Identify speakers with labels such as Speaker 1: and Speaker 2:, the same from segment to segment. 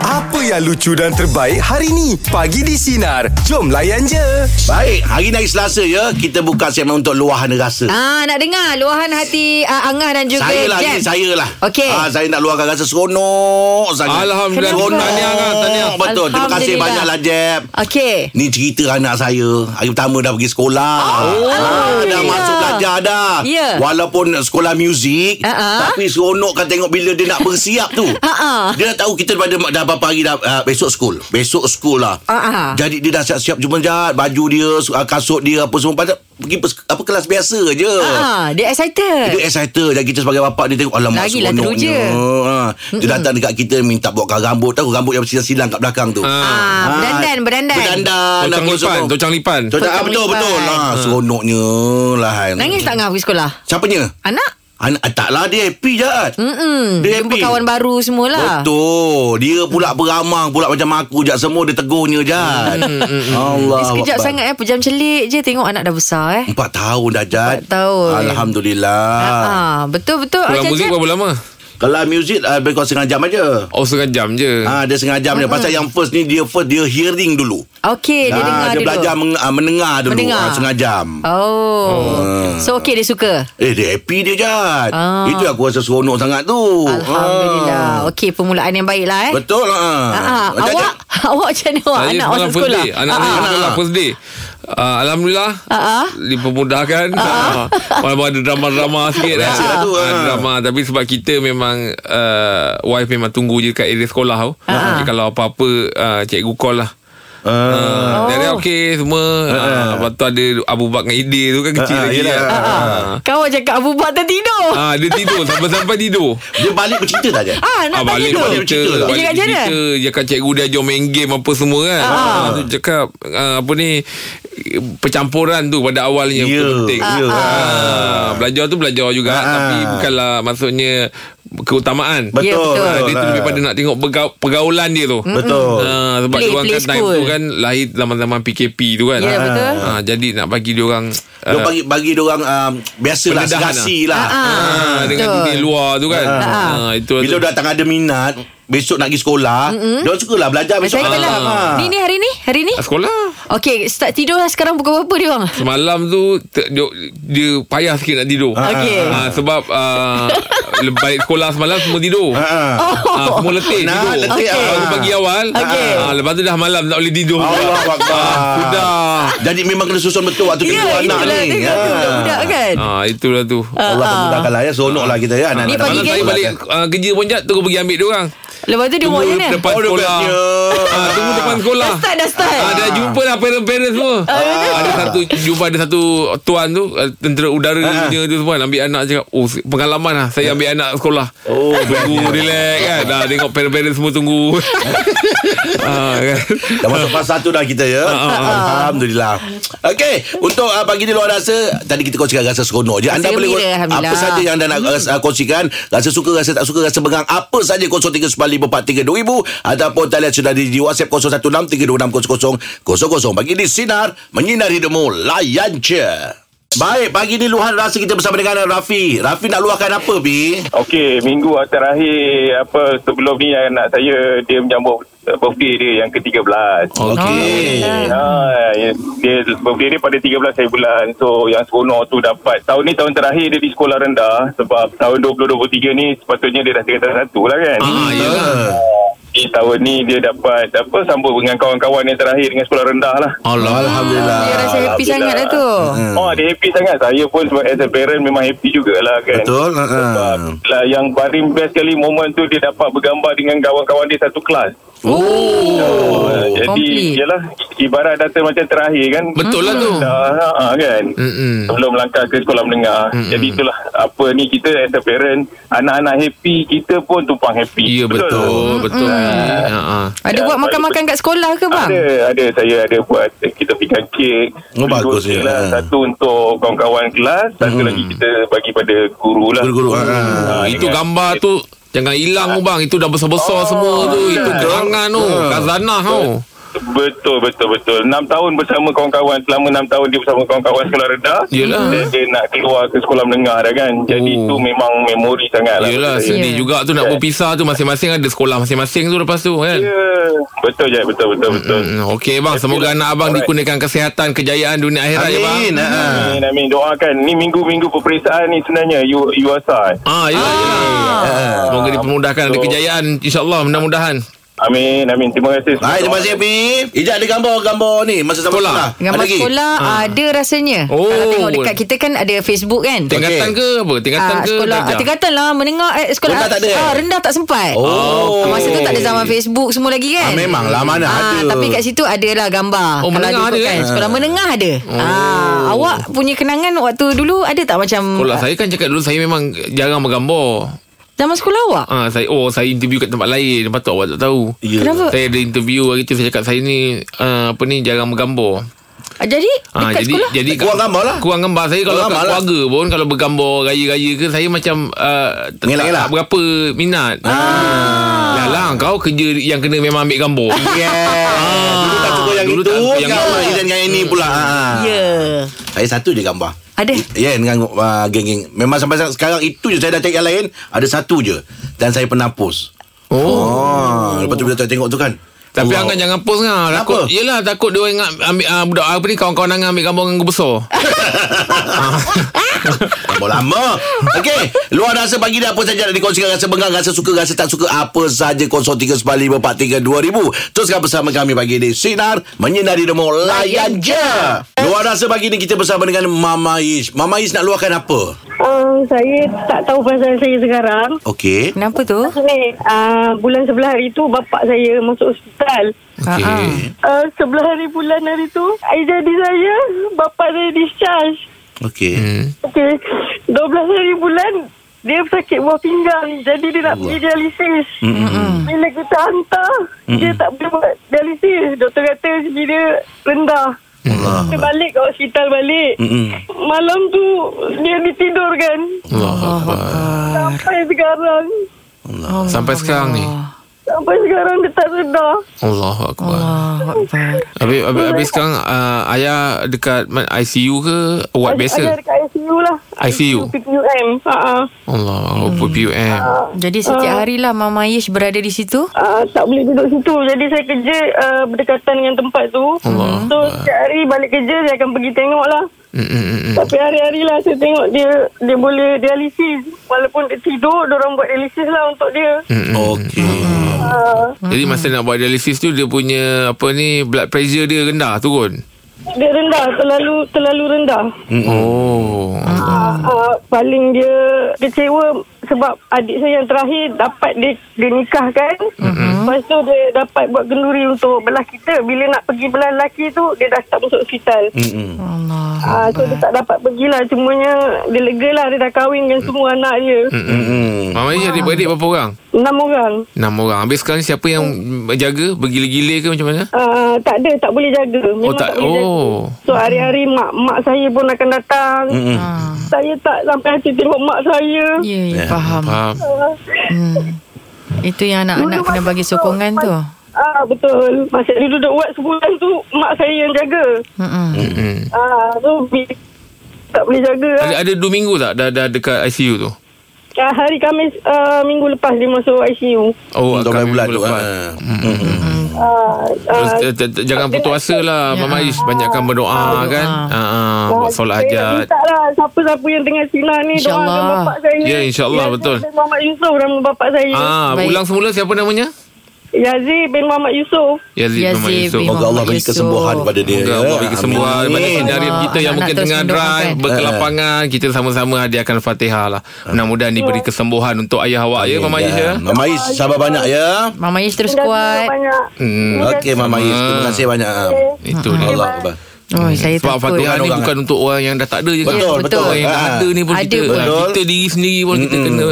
Speaker 1: Apa yang lucu dan terbaik hari ni? Pagi di Sinar. Jom layan je.
Speaker 2: Baik, hari ni hari Selasa ya, kita buka segmen untuk luahan rasa.
Speaker 3: Ah, nak dengar luahan hati uh, Angah dan juga
Speaker 2: Saya lah
Speaker 3: Jeb.
Speaker 2: ni, saya lah.
Speaker 3: Okey.
Speaker 2: Ah, saya nak luahkan rasa seronok sangat.
Speaker 4: Alhamdulillah.
Speaker 2: Seronok.
Speaker 4: Tahniah, Angah, tahniah.
Speaker 2: Betul. Terima kasih
Speaker 3: Alhamdulillah.
Speaker 2: banyaklah Jeb.
Speaker 3: Okey.
Speaker 2: Ni cerita anak saya Hari pertama dah pergi sekolah
Speaker 3: Oh,
Speaker 2: ah, Dah
Speaker 3: Alhamdulillah.
Speaker 2: masuk belajar dah
Speaker 3: Ya.
Speaker 2: Walaupun sekolah muzik
Speaker 3: Ah, ah.
Speaker 2: Tapi seronok kan tengok Bila dia nak bersiap tu
Speaker 3: Ah, ah.
Speaker 2: Dia dah tahu kita pada Dah berapa hari dah ah, Besok school Besok school lah
Speaker 3: Ah, ah.
Speaker 2: Jadi dia dah siap-siap Cuma jahat Baju dia su- ah, Kasut dia Apa semua Pada Pergi pes- apa kelas biasa je
Speaker 3: Ah,
Speaker 2: dia
Speaker 3: dia excited.
Speaker 2: excited Dan kita sebagai bapak Dia tengok Alamak
Speaker 3: Lagilah
Speaker 2: seronoknya
Speaker 3: lah teruja.
Speaker 2: ha. Dia datang dekat kita Minta buatkan rambut Tahu rambut yang silang-silang Kat belakang tu
Speaker 4: Ah.
Speaker 3: Ah, berandan, berandan.
Speaker 2: Berdandan
Speaker 4: Tocang
Speaker 2: apa
Speaker 4: lipan
Speaker 2: semua.
Speaker 4: Tocang lipan
Speaker 2: Cocok ah,
Speaker 3: Tocang
Speaker 2: betul
Speaker 3: lipat.
Speaker 2: betul lah seronoknya lah. Han.
Speaker 3: Nangis tak Angah pergi sekolah?
Speaker 2: Siapanya?
Speaker 3: Anak?
Speaker 2: Anak ah, taklah dia happy je.
Speaker 3: Hmm, Mm-mm.
Speaker 2: Dia
Speaker 3: Jumpa
Speaker 2: happy.
Speaker 3: kawan baru semualah.
Speaker 2: Betul. Dia pula
Speaker 3: Hmm.
Speaker 2: beramang pula macam aku je semua dia tegurnya je.
Speaker 3: Hmm,
Speaker 2: Allah.
Speaker 3: Dia sekejap
Speaker 2: Akbar.
Speaker 3: sangat eh Pejam celik je Tengok anak dah besar eh
Speaker 2: Empat tahun dah Jad
Speaker 3: Empat tahun.
Speaker 2: Alhamdulillah
Speaker 3: Ah, Betul-betul
Speaker 4: Pulang
Speaker 3: Macam
Speaker 4: muzik
Speaker 3: Jeb.
Speaker 4: berapa lama?
Speaker 2: Kalau muzik uh, Lebih kurang setengah jam aja
Speaker 4: Oh setengah jam
Speaker 3: Hmm.
Speaker 4: je
Speaker 2: Ah, dia setengah jam je Pasal yang first ni Dia first dia hearing dulu
Speaker 3: Okey Hmm. Eh, Dia
Speaker 2: Ah,
Speaker 3: dengar
Speaker 2: dia
Speaker 3: dulu
Speaker 2: belajar meng, ah, mendengar dulu
Speaker 3: Mendengar.
Speaker 2: Ah, Setengah jam
Speaker 3: Oh So okey dia suka
Speaker 2: Eh dia happy dia Jad
Speaker 3: Ah.
Speaker 2: Itu aku rasa seronok sangat tu Oh. Ah.
Speaker 3: Alhamdulillah Okey permulaan yang baik lah eh
Speaker 2: Betul lah.
Speaker 3: Ah, ah. awak awak macam mana awak anak awak
Speaker 4: semalam first
Speaker 3: sekolah?
Speaker 4: day. Anak
Speaker 3: Ah,
Speaker 4: saya
Speaker 3: ah.
Speaker 4: sekolah first day Ah, Alhamdulillah
Speaker 3: Ah, ah.
Speaker 4: Dipermudahkan Ah, Walaupun ada drama-drama sikit kan?
Speaker 2: Biasalah tu,
Speaker 4: Ah,
Speaker 2: ah.
Speaker 4: Drama Tapi sebab kita memang uh, Wife memang tunggu je Kat area sekolah tu Jadi Kalau apa-apa ah, Cikgu call lah
Speaker 2: Ah.
Speaker 4: Uh, Dari
Speaker 3: Oh.
Speaker 4: okey semua uh, Lepas tu ada Abu Bak dengan Idil tu kan kecil
Speaker 2: Ah, ah,
Speaker 4: lagi
Speaker 2: yelah.
Speaker 4: kan.
Speaker 2: Ah,
Speaker 4: Ah.
Speaker 3: Kau awak cakap Abu Bakar tertidur.
Speaker 4: Ah, Dia tidur Sampai-sampai tidur
Speaker 2: Dia balik bercerita tak je?
Speaker 3: Ah, nak
Speaker 4: Ah,
Speaker 3: tanya
Speaker 4: balik
Speaker 3: tu.
Speaker 4: balik cerita
Speaker 2: Dia
Speaker 4: Balik
Speaker 3: cakap macam mana?
Speaker 4: cerita Dia cakap cikgu dia ajar main game Apa semua kan ah. Tu cakap ah, Apa ni eh, Percampuran tu pada awalnya
Speaker 2: Ya,
Speaker 4: yeah. penting
Speaker 2: ya.
Speaker 4: Ah, Belajar tu belajar juga
Speaker 2: Ah.
Speaker 4: Tapi bukanlah maksudnya Keutamaan
Speaker 2: Betul. lah.
Speaker 3: Ya, betul.
Speaker 4: Ah, Dia tu lebih pada nak tengok berga- pergaulan dia tu
Speaker 2: Betul.
Speaker 4: Ah, sebab
Speaker 3: Play-
Speaker 4: dia orang
Speaker 3: play
Speaker 4: kan time
Speaker 3: school.
Speaker 4: tu kan lahir zaman-zaman PKP tu kan.
Speaker 3: Ya, betul.
Speaker 4: Ah, jadi nak bagi dia orang ah,
Speaker 2: Dia bagi bagi dia orang um, biasalah
Speaker 4: Pendedahan
Speaker 2: serasi lah.
Speaker 4: ah, dengan
Speaker 3: betul.
Speaker 4: dunia luar tu kan.
Speaker 3: Ah.
Speaker 4: Ah, itu
Speaker 2: Bila datang ada minat, besok nak pergi sekolah, dia orang sukalah belajar besok. Ah.
Speaker 3: Excited lah. Ni ni hari ni? Hari ni?
Speaker 4: Ah, sekolah. Ah.
Speaker 3: Okey, start tidur lah sekarang pukul berapa dia orang?
Speaker 4: Semalam tu ter, dia, dia payah sikit nak tidur.
Speaker 3: Okey.
Speaker 4: Ah, sebab ah, le- balik sekolah semalam semua tidur.
Speaker 2: Ha.
Speaker 4: Ah,
Speaker 3: Oh,
Speaker 4: semua letih
Speaker 2: Nah,
Speaker 4: tidur.
Speaker 2: letih,
Speaker 4: Ah,
Speaker 2: ah.
Speaker 4: Baru pagi awal.
Speaker 3: Okey.
Speaker 4: Ah, lepas tu dah malam tak boleh tidur. Ah,
Speaker 2: Allah Akbar.
Speaker 4: Sudah.
Speaker 2: ah. Jadi memang kena susun betul waktu
Speaker 3: Ya,
Speaker 2: kedua anak ni.
Speaker 3: itulah
Speaker 2: Ah.
Speaker 3: tengok tu budak-budak kan. Ah.
Speaker 4: Ah, itulah tu.
Speaker 2: Allah memudahkanlah ya seronoklah kita ya anak.
Speaker 3: Ni pagi
Speaker 4: Malam saya
Speaker 3: game.
Speaker 4: balik ah, kerja pun jat Terus pergi ambil dia orang
Speaker 3: Lepas tu dia buat
Speaker 4: Tunggu
Speaker 3: macam mana?
Speaker 4: depan
Speaker 2: Oh, dia
Speaker 4: sekolah
Speaker 2: bestnya.
Speaker 4: ah, Tunggu depan sekolah
Speaker 3: Dah start dah start.
Speaker 4: Ah, dah jumpa lah parent-parent semua Ah, Ada satu Jumpa ada satu Tuan tu ah, Tentera udara
Speaker 2: Ah.
Speaker 4: dunia tu semua Ambil anak cakap Oh se- pengalaman lah Saya ambil anak sekolah
Speaker 2: Oh,
Speaker 4: Tunggu relax kan Dah tengok parent-parent semua tunggu ah, kan?
Speaker 2: Dah masuk fasa satu dah kita
Speaker 3: Ah,
Speaker 2: ya Alhamdulillah Okey Untuk uh, pagi ni luar rasa Tadi kita kongsikan rasa seronok je Anda
Speaker 3: Rasa
Speaker 2: boleh
Speaker 3: gembira, Alhamdulillah. Hmm.
Speaker 2: Apa saja yang anda nak uh, kongsikan Rasa suka, rasa tak suka, rasa bengang Apa saja 0395432000 Ataupun talian sudah di, di WhatsApp 0163260000 Pagi ni Sinar Menyinar hidupmu Layan je Baik, pagi ni luahan rasa kita bersama dengan Rafi. Rafi nak luahkan apa, Bi?
Speaker 5: Okey, minggu terakhir apa sebelum ni anak saya dia menyambut uh, birthday dia yang ke-13.
Speaker 2: Oh. Okey.
Speaker 5: Ha, dia birthday dia pada 13 hari bulan. So yang seronok tu dapat. Tahun ni tahun terakhir dia di sekolah rendah sebab tahun 2023 ni sepatutnya dia dah tingkatan satu lah kan.
Speaker 4: Ah, yelah.
Speaker 5: Di tahun ni dia dapat apa sambut dengan kawan-kawan yang terakhir dengan sekolah rendah lah.
Speaker 2: Allah, Alhamdulillah. Mm-hmm.
Speaker 3: Dia rasa happy
Speaker 5: Alhamdulillah.
Speaker 3: sangat lah tu.
Speaker 5: Hmm. Oh, dia happy sangat. Saya pun sebab as a parent memang happy jugalah kan.
Speaker 2: Betul. Ha.
Speaker 5: Sebab lah yang paling best sekali momen tu dia dapat bergambar dengan kawan-kawan dia satu kelas.
Speaker 3: Oh.
Speaker 5: Uh,
Speaker 3: complete.
Speaker 5: jadi ialah ibarat data macam terakhir kan.
Speaker 4: Betul lah tu
Speaker 5: Dah, ha, ha, kan.
Speaker 4: Mm-mm.
Speaker 5: Sebelum langkah ke sekolah menengah. Jadi itulah apa ni kita as a parent anak-anak happy kita pun tumpang happy.
Speaker 4: Ya betul Betul Ah, ah.
Speaker 3: Ada
Speaker 5: Ya,
Speaker 3: buat makan-makan kat sekolah ke bang?
Speaker 5: Ada, ada saya ada buat eh, kita pikan kek.
Speaker 2: Oh, bagus ya.
Speaker 5: Dua Lah.
Speaker 2: Ha.
Speaker 5: Satu untuk kawan-kawan kelas, satu lagi kita bagi pada guru lah.
Speaker 2: Guru-guru, ha.
Speaker 5: Ha,
Speaker 4: Ah, Itu
Speaker 5: dengan-
Speaker 4: gambar tu Jangan hilang tu bang Itu dah besar-besar semua tu Itu gerangan tu Kazanah tu
Speaker 5: Betul betul betul 6 tahun bersama kawan-kawan Selama 6 tahun dia bersama kawan-kawan sekolah rendah
Speaker 4: Yelah.
Speaker 5: dia, dia nak keluar ke sekolah menengah dah kan Jadi
Speaker 4: Oh.
Speaker 5: itu memang memori sangat lah
Speaker 4: Yelah
Speaker 5: bagi saya.
Speaker 4: sedih
Speaker 3: Ya.
Speaker 4: juga tu nak berpisah tu masing-masing ada sekolah masing-masing tu lepas tu kan.
Speaker 5: Ya Betul je betul betul betul
Speaker 4: Hmm, Okey bang semoga anak abang
Speaker 5: Alright.
Speaker 4: dikurniakan kesihatan kejayaan dunia akhirat ya bang.
Speaker 2: Amin. Ha.
Speaker 5: Amin amin doakan Ni minggu-minggu peperiksaan ni sebenarnya You, you asal
Speaker 4: Ah, ya. Ah. Semoga dipermudahkan ada
Speaker 5: So-
Speaker 4: kejayaan insya-Allah mudah-mudahan.
Speaker 5: Amin amin Terima kasih
Speaker 2: Baik, terima kasih Amin. Ijak ada gambar-gambar ni masa sama
Speaker 4: Sekolah.
Speaker 2: sekolah.
Speaker 3: Gambar
Speaker 2: Ada lagi?
Speaker 3: sekolah ha. ada rasanya.
Speaker 4: Ah. Oh.
Speaker 3: Kalau tengok dekat kita kan ada Facebook kan.
Speaker 4: Tingkatan
Speaker 2: Okey.
Speaker 4: ke apa? Tingkatan
Speaker 3: Ah,
Speaker 4: ke?
Speaker 3: sekolah ah, tingkatan lah menengah eh, sekolah
Speaker 2: Rendah tak ada, eh?
Speaker 3: ah, rendah tak sempat.
Speaker 2: Oh,
Speaker 3: Ah, Masa tu tak ada Ah.
Speaker 2: okey.
Speaker 3: zaman Facebook semua lagi kan.
Speaker 2: Ah, memanglah, mana ada.
Speaker 3: Tapi kat situ adalah gambar.
Speaker 4: Oh, menengah ada,
Speaker 3: ikutkan.
Speaker 4: eh?
Speaker 3: Sekolah menengah ada. Oh. Ah, awak punya kenangan waktu dulu ada tak macam
Speaker 4: Sekolah saya kan cakap dulu saya memang jarang menggambar.
Speaker 3: zaman sekolah awak?
Speaker 4: Ah saya oh saya interview kat tempat lain lepas tu awak tak tahu.
Speaker 2: Ya.
Speaker 3: Kenapa?
Speaker 4: Saya ada interview hari tu saya cakap saya ni uh, apa ni jarang menggambar.
Speaker 3: Ah, jadi
Speaker 4: Ah,
Speaker 3: dekat
Speaker 4: jadi
Speaker 3: sekolah?
Speaker 4: jadi
Speaker 2: Kurang gambar lah.
Speaker 4: Kurang gambar saya kalau
Speaker 2: Kurang
Speaker 4: kat
Speaker 2: gambar lah.
Speaker 4: keluarga pun kalau bergambar raya-raya ke saya macam uh, tak-
Speaker 2: Mengelak-elak.
Speaker 4: tak berapa minat. Ah. Lah lah kau kerja yang kena memang ambil gambar.
Speaker 2: Yeah. Dulu tak suka yang
Speaker 4: Ah. Dulu
Speaker 2: itu.
Speaker 4: tak suka yang
Speaker 2: Gambar
Speaker 4: itu.
Speaker 2: Ijak dengan ini pula. Ha.
Speaker 3: Ya.
Speaker 2: Saya satu je gambar.
Speaker 3: Ada.
Speaker 2: Ya, yeah, dengan uh, geng-geng. Memang sampai sekarang itu je saya dah cari yang lain. Ada satu je. Dan saya pernah post.
Speaker 4: Oh.
Speaker 2: Oh. Lepas tu bila tak tengok tu kan.
Speaker 4: Tapi
Speaker 2: Allah.
Speaker 4: Angah jangan post ngah. Takut. Yelah takut dia orang ingat ambil uh, budak apa ni kawan-kawan Angah ambil gambar dengan aku besar.
Speaker 2: Gambar lama. Okey. Luar rasa pagi ni apa saja nak dikongsikan. Rasa bengang, rasa suka, rasa tak suka. Apa saja. 0395432000. Teruskan bersama kami pagi ni. Sinar menyinari demo. Layan je. Luar rasa pagi ni kita bersama dengan Mama Ish. Mama Ish nak luahkan apa?
Speaker 6: Uh, saya tak tahu pasal saya sekarang.
Speaker 2: Okey.
Speaker 3: Kenapa tu?
Speaker 6: Ni, uh, bulan sebelah hari tu bapak saya masuk hospital.
Speaker 4: Okey.
Speaker 3: Ah,
Speaker 6: Uh, sebelah hari bulan hari tu, air jadi saya, bapak saya discharge.
Speaker 2: Okey.
Speaker 4: Hmm.
Speaker 6: Okey, 12 hari bulan, dia sakit buah pinggang. Jadi dia nak
Speaker 2: Allah.
Speaker 6: pergi dialisis. Mm-mm. Bila kita hantar, Mm-mm. dia tak boleh buat dialisis. Doktor kata segi dia rendah.
Speaker 2: Allah. Mm.
Speaker 6: Dia balik ke hospital balik.
Speaker 2: Mm-mm.
Speaker 6: Malam tu, dia ditidurkan.
Speaker 4: Allah Akbar.
Speaker 6: Sampai sekarang.
Speaker 4: Sampai sekarang ni.
Speaker 6: Sampai sekarang dia tak sedar.
Speaker 4: Allah Akbar.
Speaker 3: Ah, Akbar.
Speaker 4: Habis, habis, habis sekarang uh, ayah dekat mana, ICU ke ward
Speaker 6: Ada
Speaker 4: biasa?
Speaker 6: dekat ICU lah.
Speaker 4: ICU.
Speaker 6: PQM. Ha-ha.
Speaker 4: Allah Akbar. PUM.
Speaker 3: Jadi setiap
Speaker 6: Ah.
Speaker 3: harilah Mama Yish berada di situ.
Speaker 6: Uh, tak boleh duduk situ Jadi saya kerja uh, Berdekatan dengan tempat tu
Speaker 4: Allah.
Speaker 6: So setiap hari balik kerja Saya akan pergi tengok lah
Speaker 4: Mm, mm, mm, mm.
Speaker 6: Tapi hari-hari lah Saya tengok dia Dia boleh dialisis Walaupun dia tidur Diorang buat dialisis lah Untuk dia
Speaker 4: Hmm.
Speaker 2: Okey.
Speaker 6: uh,
Speaker 4: Jadi masa nak buat dialisis tu dia punya apa ni blood pressure dia rendah turun.
Speaker 6: Dia rendah Terlalu Terlalu rendah
Speaker 4: Oh.
Speaker 6: uh, uh, Paling dia Kecewa Sebab adik saya yang terakhir Dapat dia Dia nikahkan
Speaker 4: Mm-hmm.
Speaker 6: Lepas tu dia dapat Buat kenduri untuk Belah kita Bila nak pergi belah lelaki tu Dia dah tak masuk hospital
Speaker 4: Mm-hmm.
Speaker 2: Mm-mm.
Speaker 3: Allah.
Speaker 6: Ah, so dia tak dapat pergilah Cumanya dia lega lah Dia dah kahwin
Speaker 4: Mm.
Speaker 6: dengan semua anak dia
Speaker 2: Mm-mm.
Speaker 4: Mama ni adik-beradik berapa orang?
Speaker 6: Enam orang
Speaker 4: Enam orang. Habis sekarang siapa yang jaga? Bergila-gila ke macam mana?
Speaker 6: ah, Tak ada Tak boleh jaga Memang
Speaker 4: Oh tak.
Speaker 6: boleh jaga.
Speaker 4: Oh. Mm-hmm.
Speaker 6: So hari-hari mak mak saya pun akan datang
Speaker 2: Mm-mm.
Speaker 3: Ah.
Speaker 6: Saya tak sampai hati tengok mak saya Ah,
Speaker 3: Ya, ya,
Speaker 2: Ya,
Speaker 3: faham.
Speaker 4: Faham.
Speaker 3: Hmm. Itu yang anak-anak
Speaker 6: Dulu
Speaker 3: kena
Speaker 6: masa
Speaker 3: bagi
Speaker 6: tu,
Speaker 3: sokongan tu.
Speaker 6: Ah Betul Masa dia duduk buat sebulan tu Mak saya yang jaga
Speaker 3: Hmm.
Speaker 4: Mm-mm.
Speaker 6: ah, So bi- tak boleh jaga
Speaker 4: Ada
Speaker 6: lah.
Speaker 4: ada 2 minggu tak dah, dah dekat ICU tu?
Speaker 6: Ah, Hari Khamis ah, Minggu lepas dia masuk ICU
Speaker 4: Oh,
Speaker 2: Untuk
Speaker 4: akan
Speaker 2: bulan bulan
Speaker 4: minggu
Speaker 2: tu.
Speaker 4: lepas.
Speaker 2: ah.
Speaker 6: ah,
Speaker 4: Terus,
Speaker 6: ah,
Speaker 4: eh, t- t- jangan putus asa lah
Speaker 3: Ya. Ah,
Speaker 4: Mama Ish Banyakkan berdoa kan ha, ha, Buat solat
Speaker 6: Saya nak
Speaker 4: hajat
Speaker 6: minta lah siapa-siapa yang tengah sinar ni
Speaker 3: InsyaAllah.
Speaker 6: doakan bapak saya.
Speaker 4: Ya, insyaAllah,
Speaker 6: Yazid
Speaker 4: betul.
Speaker 6: bin Muhammad Yusof nama bapak saya.
Speaker 4: Ah,
Speaker 3: Baik.
Speaker 4: Ulang semula siapa namanya?
Speaker 6: Yazid bin Muhammad Yusof.
Speaker 4: Yazid
Speaker 3: Yazid
Speaker 4: bin Muhammad Yusof
Speaker 3: bin
Speaker 2: Moga Allah bagi
Speaker 3: Yusuf.
Speaker 2: kesembuhan pada dia. ya.
Speaker 4: Moga Allah bagi
Speaker 2: Amin.
Speaker 4: kesembuhan Pada saudara
Speaker 3: Allah,
Speaker 4: kita yang
Speaker 3: anak
Speaker 4: mungkin
Speaker 3: terus
Speaker 4: tengah
Speaker 3: mendoakan.
Speaker 2: kan?
Speaker 4: drive Berkelapangan Kita sama-sama hadiahkan Fatihah lah Mudah-mudahan
Speaker 2: Ya.
Speaker 4: diberi kesembuhan Untuk ayah awak ya Mama Ish ya
Speaker 2: Mama Is sabar banyak ya.
Speaker 3: Mama Yish terus
Speaker 6: Terima kasih
Speaker 3: kuat.
Speaker 6: Banyak.
Speaker 4: Hmm,
Speaker 2: Okey Mama Is terima kasih banyak. ah.
Speaker 4: Itu dia
Speaker 2: Allah Akbar.
Speaker 3: Oh, saya
Speaker 4: Sebab
Speaker 3: takut.
Speaker 4: Fatihah ni
Speaker 2: Orang-orang.
Speaker 4: bukan untuk orang yang dah tak ada je kan?
Speaker 2: Betul,
Speaker 3: betul.
Speaker 4: Orang yang dah
Speaker 2: Ah.
Speaker 4: ada ni pun
Speaker 3: Ada
Speaker 4: kita
Speaker 3: pun.
Speaker 4: ah, Kita diri sendiri pun Kita
Speaker 2: Mm-mm.
Speaker 4: kena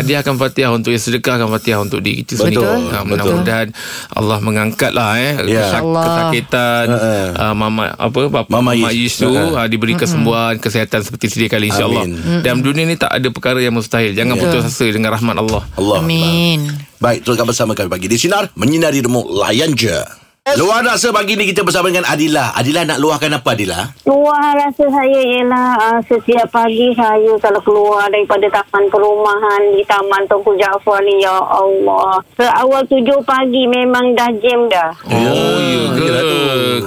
Speaker 4: Hadiahkan Fatihah Untuk yang sedekahkan Fatihah Untuk diri kita
Speaker 2: Betul,
Speaker 4: sendiri
Speaker 2: betul.
Speaker 4: Ah, Mudah-mudahan Allah mengangkat lah eh
Speaker 2: Ya.
Speaker 4: kesak-
Speaker 3: Allah.
Speaker 4: Kesakitan
Speaker 2: Ah,
Speaker 4: ah, Mama Apa Bapa
Speaker 2: Mama
Speaker 4: Mama
Speaker 2: Yus.
Speaker 4: Yus tu
Speaker 2: Ah.
Speaker 4: ah, Diberi kesembuhan Kesihatan seperti sedia kali InsyaAllah
Speaker 2: Amin.
Speaker 4: Dalam dunia ni tak ada perkara yang mustahil Jangan
Speaker 2: Ya.
Speaker 4: putus asa Dengan rahmat Allah
Speaker 2: Allah. Akbar.
Speaker 3: Amin.
Speaker 2: Baik, teruskan bersama kami pagi di Sinar Menyinari Remuk Layan Je. Luar rasa pagi ni kita bersama dengan Adila. Adila nak luahkan apa Adila?
Speaker 7: Luar rasa saya ialah uh, setiap pagi saya kalau keluar daripada taman perumahan di Taman Tunku Jaafar ni, ya Allah. Seawal tujuh pagi memang dah jam dah.
Speaker 4: Oh, ya ke?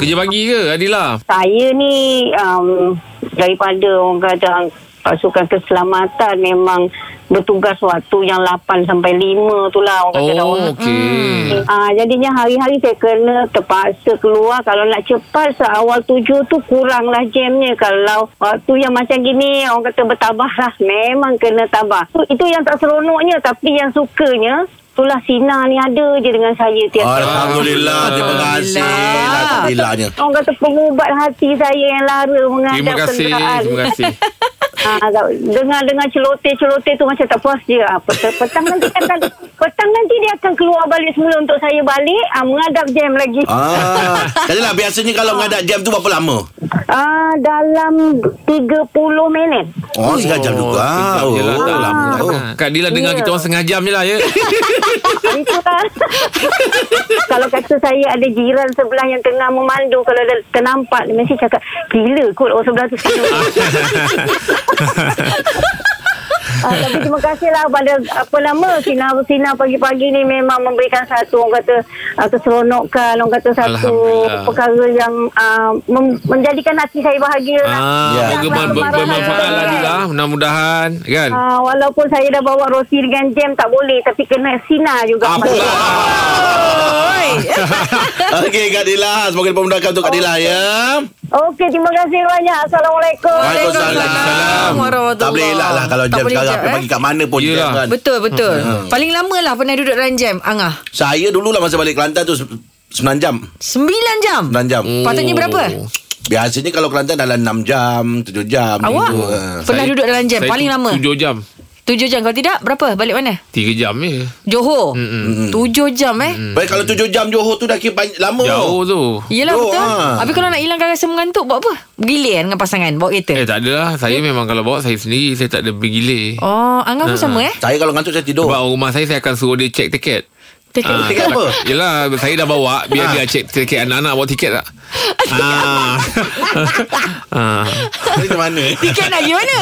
Speaker 4: Kerja pagi ke Adila?
Speaker 7: Saya ni um, daripada orang kata pasukan keselamatan memang bertugas waktu yang 8 sampai 5 tu lah orang kata
Speaker 4: Oh,
Speaker 7: orang.
Speaker 4: okey.
Speaker 7: Ah, jadinya hari-hari saya kena terpaksa keluar kalau nak cepat seawal tujuh tu kuranglah jamnya kalau waktu yang macam gini orang kata bertabah lah memang kena tabah tu, itu yang tak seronoknya tapi yang sukanya itulah Sina ni ada je dengan saya tiap
Speaker 2: Alhamdulillah. Terima kasih. Alhamdulillahnya.
Speaker 7: Orang kata pengubat hati saya yang lara menghadap
Speaker 4: Terima kasih.
Speaker 7: kenderaan.
Speaker 4: Terima kasih.
Speaker 7: Ah, dengan dengan celoteh-celoteh tu macam tak puas dia. Ah, pet- petang nanti akan petang nanti dia akan keluar balik semula untuk saya balik ah, menghadap jam lagi. Ah.
Speaker 2: Ah, Kadilah biasanya kalau mengadap jam tu berapa lama?
Speaker 7: Ah, dalam 30 minit.
Speaker 2: Oh, setengah jam juga.
Speaker 4: Sekejap
Speaker 2: Oh,
Speaker 4: je lah.
Speaker 2: tak lama. Oh.
Speaker 4: Kak Adila dengar
Speaker 7: Ya.
Speaker 4: kita orang setengah jam je lah ya.
Speaker 7: Itulah. kalau kata saya ada jiran sebelah yang tengah memandu kalau ada ternampak dia mesti cakap gila kot orang sebelah tu sini. Ah, tapi terima kasihlah pada apa nama sinar-sinar pagi-pagi ni memang memberikan satu orang kata uh, keseronokan orang kata satu
Speaker 4: Alhamdulillah.
Speaker 7: perkara yang uh, mem- menjadikan hati saya bahagia lah.
Speaker 4: Ah,
Speaker 2: Ya.
Speaker 4: moga ber- ber- bermanfaat lah Adila. Mudah-mudahan kan.
Speaker 7: Ah, walaupun saya dah bawa roti dengan jam tak boleh tapi kena sinar juga.
Speaker 2: Apa? Okey, Kak Dila. Semoga dipermudahkan untuk Kak Dila, ya.
Speaker 7: Okey, terima kasih banyak. Assalamualaikum.
Speaker 2: Waalaikumsalam.
Speaker 3: Warahmatullahi
Speaker 2: Tak boleh elak lah kalau
Speaker 3: Tak
Speaker 2: jam
Speaker 3: boleh
Speaker 2: sekarang.
Speaker 3: jap,
Speaker 2: Pergi
Speaker 3: eh.
Speaker 2: bagi kat mana pun
Speaker 4: Yelah.
Speaker 2: jam kan.
Speaker 3: Betul betul. Paling lama lah pernah duduk dalam jam Angah.
Speaker 2: Saya dululah masa balik Kelantan tu 9 jam.
Speaker 3: 9 jam.
Speaker 2: 9 jam.
Speaker 3: Ah.
Speaker 4: Hmm. Oh.
Speaker 3: Patutnya berapa?
Speaker 2: Biasanya kalau Kelantan dalam 6 jam, 7 jam.
Speaker 3: Awak
Speaker 2: gitu, ah.
Speaker 3: pernah
Speaker 4: Saya-
Speaker 3: duduk dalam jam
Speaker 4: saya
Speaker 3: paling
Speaker 4: tu-
Speaker 3: lama?
Speaker 4: Tujuh jam.
Speaker 3: 7 jam kalau tidak berapa? Balik mana?
Speaker 4: Tiga jam
Speaker 3: Oh.
Speaker 4: ya. je.
Speaker 3: Johor.
Speaker 2: Hmm,
Speaker 3: 7 jam eh.
Speaker 2: Baik kalau 7 jam Johor tu dah kira banyak, lama.
Speaker 4: Jauh tu.
Speaker 3: Yelah
Speaker 2: Yo,
Speaker 3: betul.
Speaker 2: ah.
Speaker 3: Habis kalau nak hilangkan rasa mengantuk buat apa? Bergilir kan dengan pasangan bawa
Speaker 4: Eh
Speaker 3: kereta.
Speaker 4: tak adalah Saya memang kalau bawa Saya sendiri Saya tak ada
Speaker 3: Ya.
Speaker 4: bergilir
Speaker 3: Oh, Angah
Speaker 2: Hmm,
Speaker 3: pun sama eh?
Speaker 2: Saya kalau ngantuk saya tidur.
Speaker 4: Sebab orang rumah saya Saya akan suruh dia cek tiket
Speaker 3: Tiket. Ah.
Speaker 4: Ah,
Speaker 2: tiket apa?
Speaker 4: Yelah Saya dah bawa Biar dia cek tiket Anak-anak bawa tiket tak Ah. ah.
Speaker 2: Jadi Macam mana?
Speaker 3: Tiket nak pergi mana?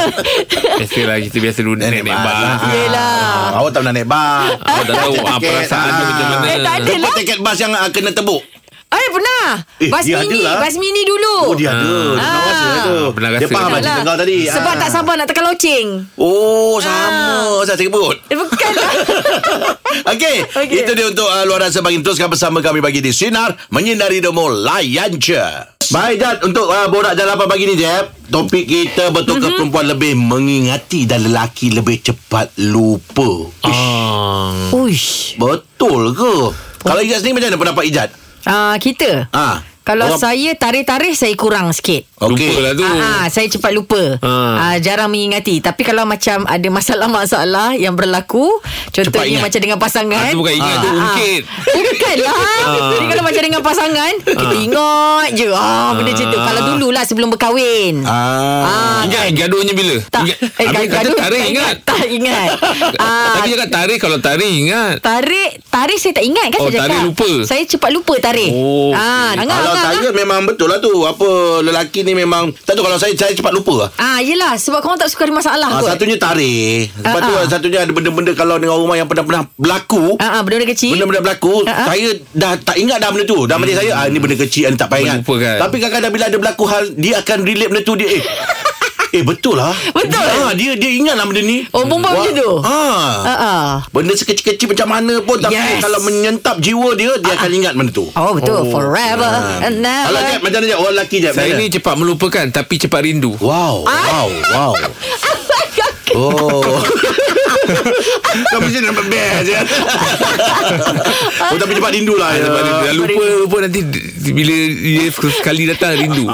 Speaker 4: Biasalah Kita biasa dulu Naik naik bas
Speaker 3: Yelah.
Speaker 2: Ah, Awak tak pernah naik bas.
Speaker 4: Awak tak tahu ah,
Speaker 2: Tiket,
Speaker 4: Perasaan dia
Speaker 2: ah.
Speaker 4: macam mana
Speaker 3: Eh, tak ada.
Speaker 2: Apa tiket bas yang ah, kena tebuk?
Speaker 3: Eh pernah.
Speaker 2: Eh,
Speaker 3: bas
Speaker 2: dia
Speaker 3: mini,
Speaker 2: adalah.
Speaker 3: bas mini dulu.
Speaker 2: Oh, dia ada. Dia pernah
Speaker 3: Ah. lah.
Speaker 2: rasa tu.
Speaker 4: Pernah
Speaker 2: Dia
Speaker 4: rasa.
Speaker 2: faham
Speaker 4: Yelah.
Speaker 2: macam kau tadi.
Speaker 3: Sebab
Speaker 2: Ah.
Speaker 3: tak sabar nak tekan loceng.
Speaker 2: Oh, sama. Saya sakit perut.
Speaker 3: Eh, Bukan lah.
Speaker 2: Okey, okay.
Speaker 3: Okey.
Speaker 2: itu dia untuk uh, luar rasa bagi teruskan bersama kami bagi di Sinar Menyinari Demo Layan Je. Baik Jad, untuk uh, borak jam 8 pagi ni Jeb, topik kita
Speaker 3: Mhm.
Speaker 2: bertukar mm-hmm. perempuan lebih mengingati dan lelaki lebih cepat lupa.
Speaker 4: Ah.
Speaker 3: Uish.
Speaker 2: Betul ke? Kalau Ijat sendiri macam mana pendapat Ijat?
Speaker 3: Ah, kita.
Speaker 2: Ha.
Speaker 3: Kalau
Speaker 2: Orang-
Speaker 3: saya tarikh-tarikh saya kurang sikit.
Speaker 2: Okey.
Speaker 4: Lupa lah tu
Speaker 3: Ah, ah, saya cepat lupa. Ah.
Speaker 4: Ah.
Speaker 3: jarang mengingati. Tapi kalau macam ada masalah-masalah yang berlaku,
Speaker 2: ingat.
Speaker 3: contohnya macam dengan pasangan.
Speaker 4: Ah, tu bukan ingat, tu ungkit. Ah.
Speaker 3: Bukanlah. lah. Jadi kalau macam dengan pasangan, kita ingat je. Ah, benda macam tu. Kalau dululah sebelum berkahwin.
Speaker 2: Ah.
Speaker 3: Ah,
Speaker 4: Ingat gaduhnya bila
Speaker 3: tak.
Speaker 4: ingat,
Speaker 3: Eh,
Speaker 4: Habis kata
Speaker 3: gaduh,
Speaker 4: tarik ingat
Speaker 3: Tak ingat. ah,
Speaker 4: Tadi cakap tarik Kalau tarik ingat
Speaker 3: Tarik Tarik saya tak ingat kan
Speaker 4: Oh,
Speaker 3: saya cakap.
Speaker 4: tarik lupa.
Speaker 3: Saya cepat lupa tarik
Speaker 4: Oh,
Speaker 3: ah, angah,
Speaker 2: Kalau
Speaker 3: angah,
Speaker 2: saya
Speaker 3: angah.
Speaker 2: memang betul lah tu Apa lelaki ni memang Tak tahu kalau saya Saya cepat lupa lah
Speaker 3: Ah, yelah Sebab korang tak suka ada masalah
Speaker 2: Ah,
Speaker 3: kot
Speaker 2: satunya tarik Lepas tu
Speaker 3: Ah, ah.
Speaker 2: satunya ada benda-benda Kalau dengan orang rumah yang pernah-pernah berlaku
Speaker 3: Ah, ah, benda-benda kecil
Speaker 2: Benda-benda berlaku
Speaker 3: Ha-ha.
Speaker 2: Saya dah tak ingat dah benda tu Dah macam saya ah, Ni benda kecil Anda tak payah ingat
Speaker 4: Melupakan.
Speaker 2: Tapi kadang-kadang bila ada berlaku hal Dia akan relate benda tu Dia eh Eh betul lah
Speaker 3: Betul.
Speaker 2: ha, Dia dia ingat lah benda ni
Speaker 3: Oh, perempuan macam tu?
Speaker 2: ha.
Speaker 3: ah, ah.
Speaker 2: Benda sekecil-kecil macam mana pun Tapi
Speaker 3: Yes.
Speaker 2: kalau menyentap jiwa dia Dia akan ingat benda tu Ah.
Speaker 3: Oh betul oh. Forever and
Speaker 2: Kalau Jeb
Speaker 3: never
Speaker 2: macam mana Jeb Orang lelaki Jeb
Speaker 4: Saya
Speaker 2: macam
Speaker 4: ni
Speaker 2: mana?
Speaker 4: cepat melupakan Tapi cepat rindu
Speaker 2: Wow
Speaker 4: Ah.
Speaker 2: Wow Wow Oh Kau mesti nampak best ya. Oh tapi cepat rindu lah ya. Ah,
Speaker 4: Sebab dia dah lupa Lupa nanti Bila dia sekali datang rindu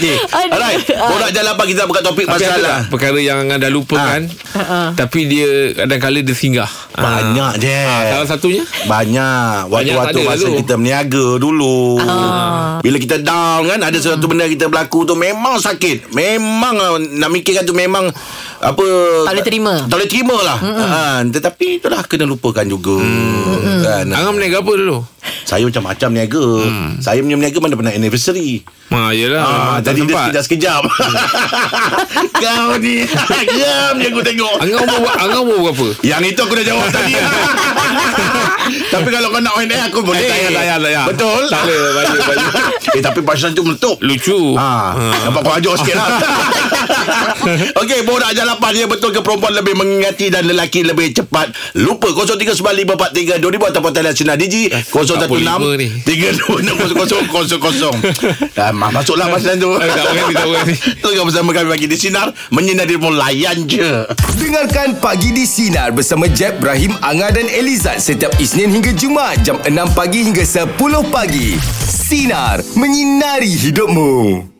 Speaker 2: Okay.
Speaker 3: Aduh.
Speaker 2: Alright. Borak jalan apa kita buka topik lah.
Speaker 4: Tapi ada lah.
Speaker 2: masalah. Ah.
Speaker 4: tak perkara yang anda lupakan
Speaker 3: Ha.
Speaker 4: Tapi dia kadang-kadang dia singgah
Speaker 2: Banyak je.
Speaker 4: Ah, Salah satunya
Speaker 2: Banyak Waktu-waktu
Speaker 4: tak ada
Speaker 2: masa
Speaker 4: dulu.
Speaker 2: kita berniaga dulu
Speaker 3: Ah.
Speaker 2: Bila kita down kan Ada sesuatu benda kita berlaku tu Memang sakit Memang ah, Nak fikirkan tu memang Apa
Speaker 3: Tak boleh terima.
Speaker 2: Tak boleh terima lah ha, Tetapi itulah Kena lupakan juga kan?
Speaker 4: Angam naik apa dulu
Speaker 2: Saya macam-macam niaga Saya punya niaga mana pernah anniversary
Speaker 4: Ha, yelah
Speaker 2: Ah,
Speaker 4: tak
Speaker 2: jadi
Speaker 4: sempat.
Speaker 2: dia sekejap-sekejap Kau ni Diam je aku tengok
Speaker 4: Angah umur, Angah umur berapa?
Speaker 2: yang itu aku dah jawab tadi Tapi kalau kau nak on air Aku boleh lah, ya,
Speaker 4: tak payah, tak payah, tak payah.
Speaker 2: Eh, Betul
Speaker 4: Tak boleh, baju, baju.
Speaker 2: Eh tapi pasal tu meletup
Speaker 4: Lucu
Speaker 2: Ha, nampak kau ajar sikit lah Okey, borak jalapan dia betul ke perempuan lebih mengingati dan lelaki lebih cepat lupa 0395432000 ataupun talian sinar Digi 016
Speaker 4: 45 ni.
Speaker 2: 32600000 Ah, ma- Masuklah pasal tu
Speaker 4: Eh, tak berhenti, tak berhenti.
Speaker 2: Tengok bersama kami bagi di Sinar Menyinari melayan je
Speaker 1: Dengarkan Pagi di Sinar bersama Jeb, Ibrahim, Anga dan Elizad setiap Isnin hingga Jumaat jam 6 pagi hingga 10 pagi. Sinar, menyinari hidupmu.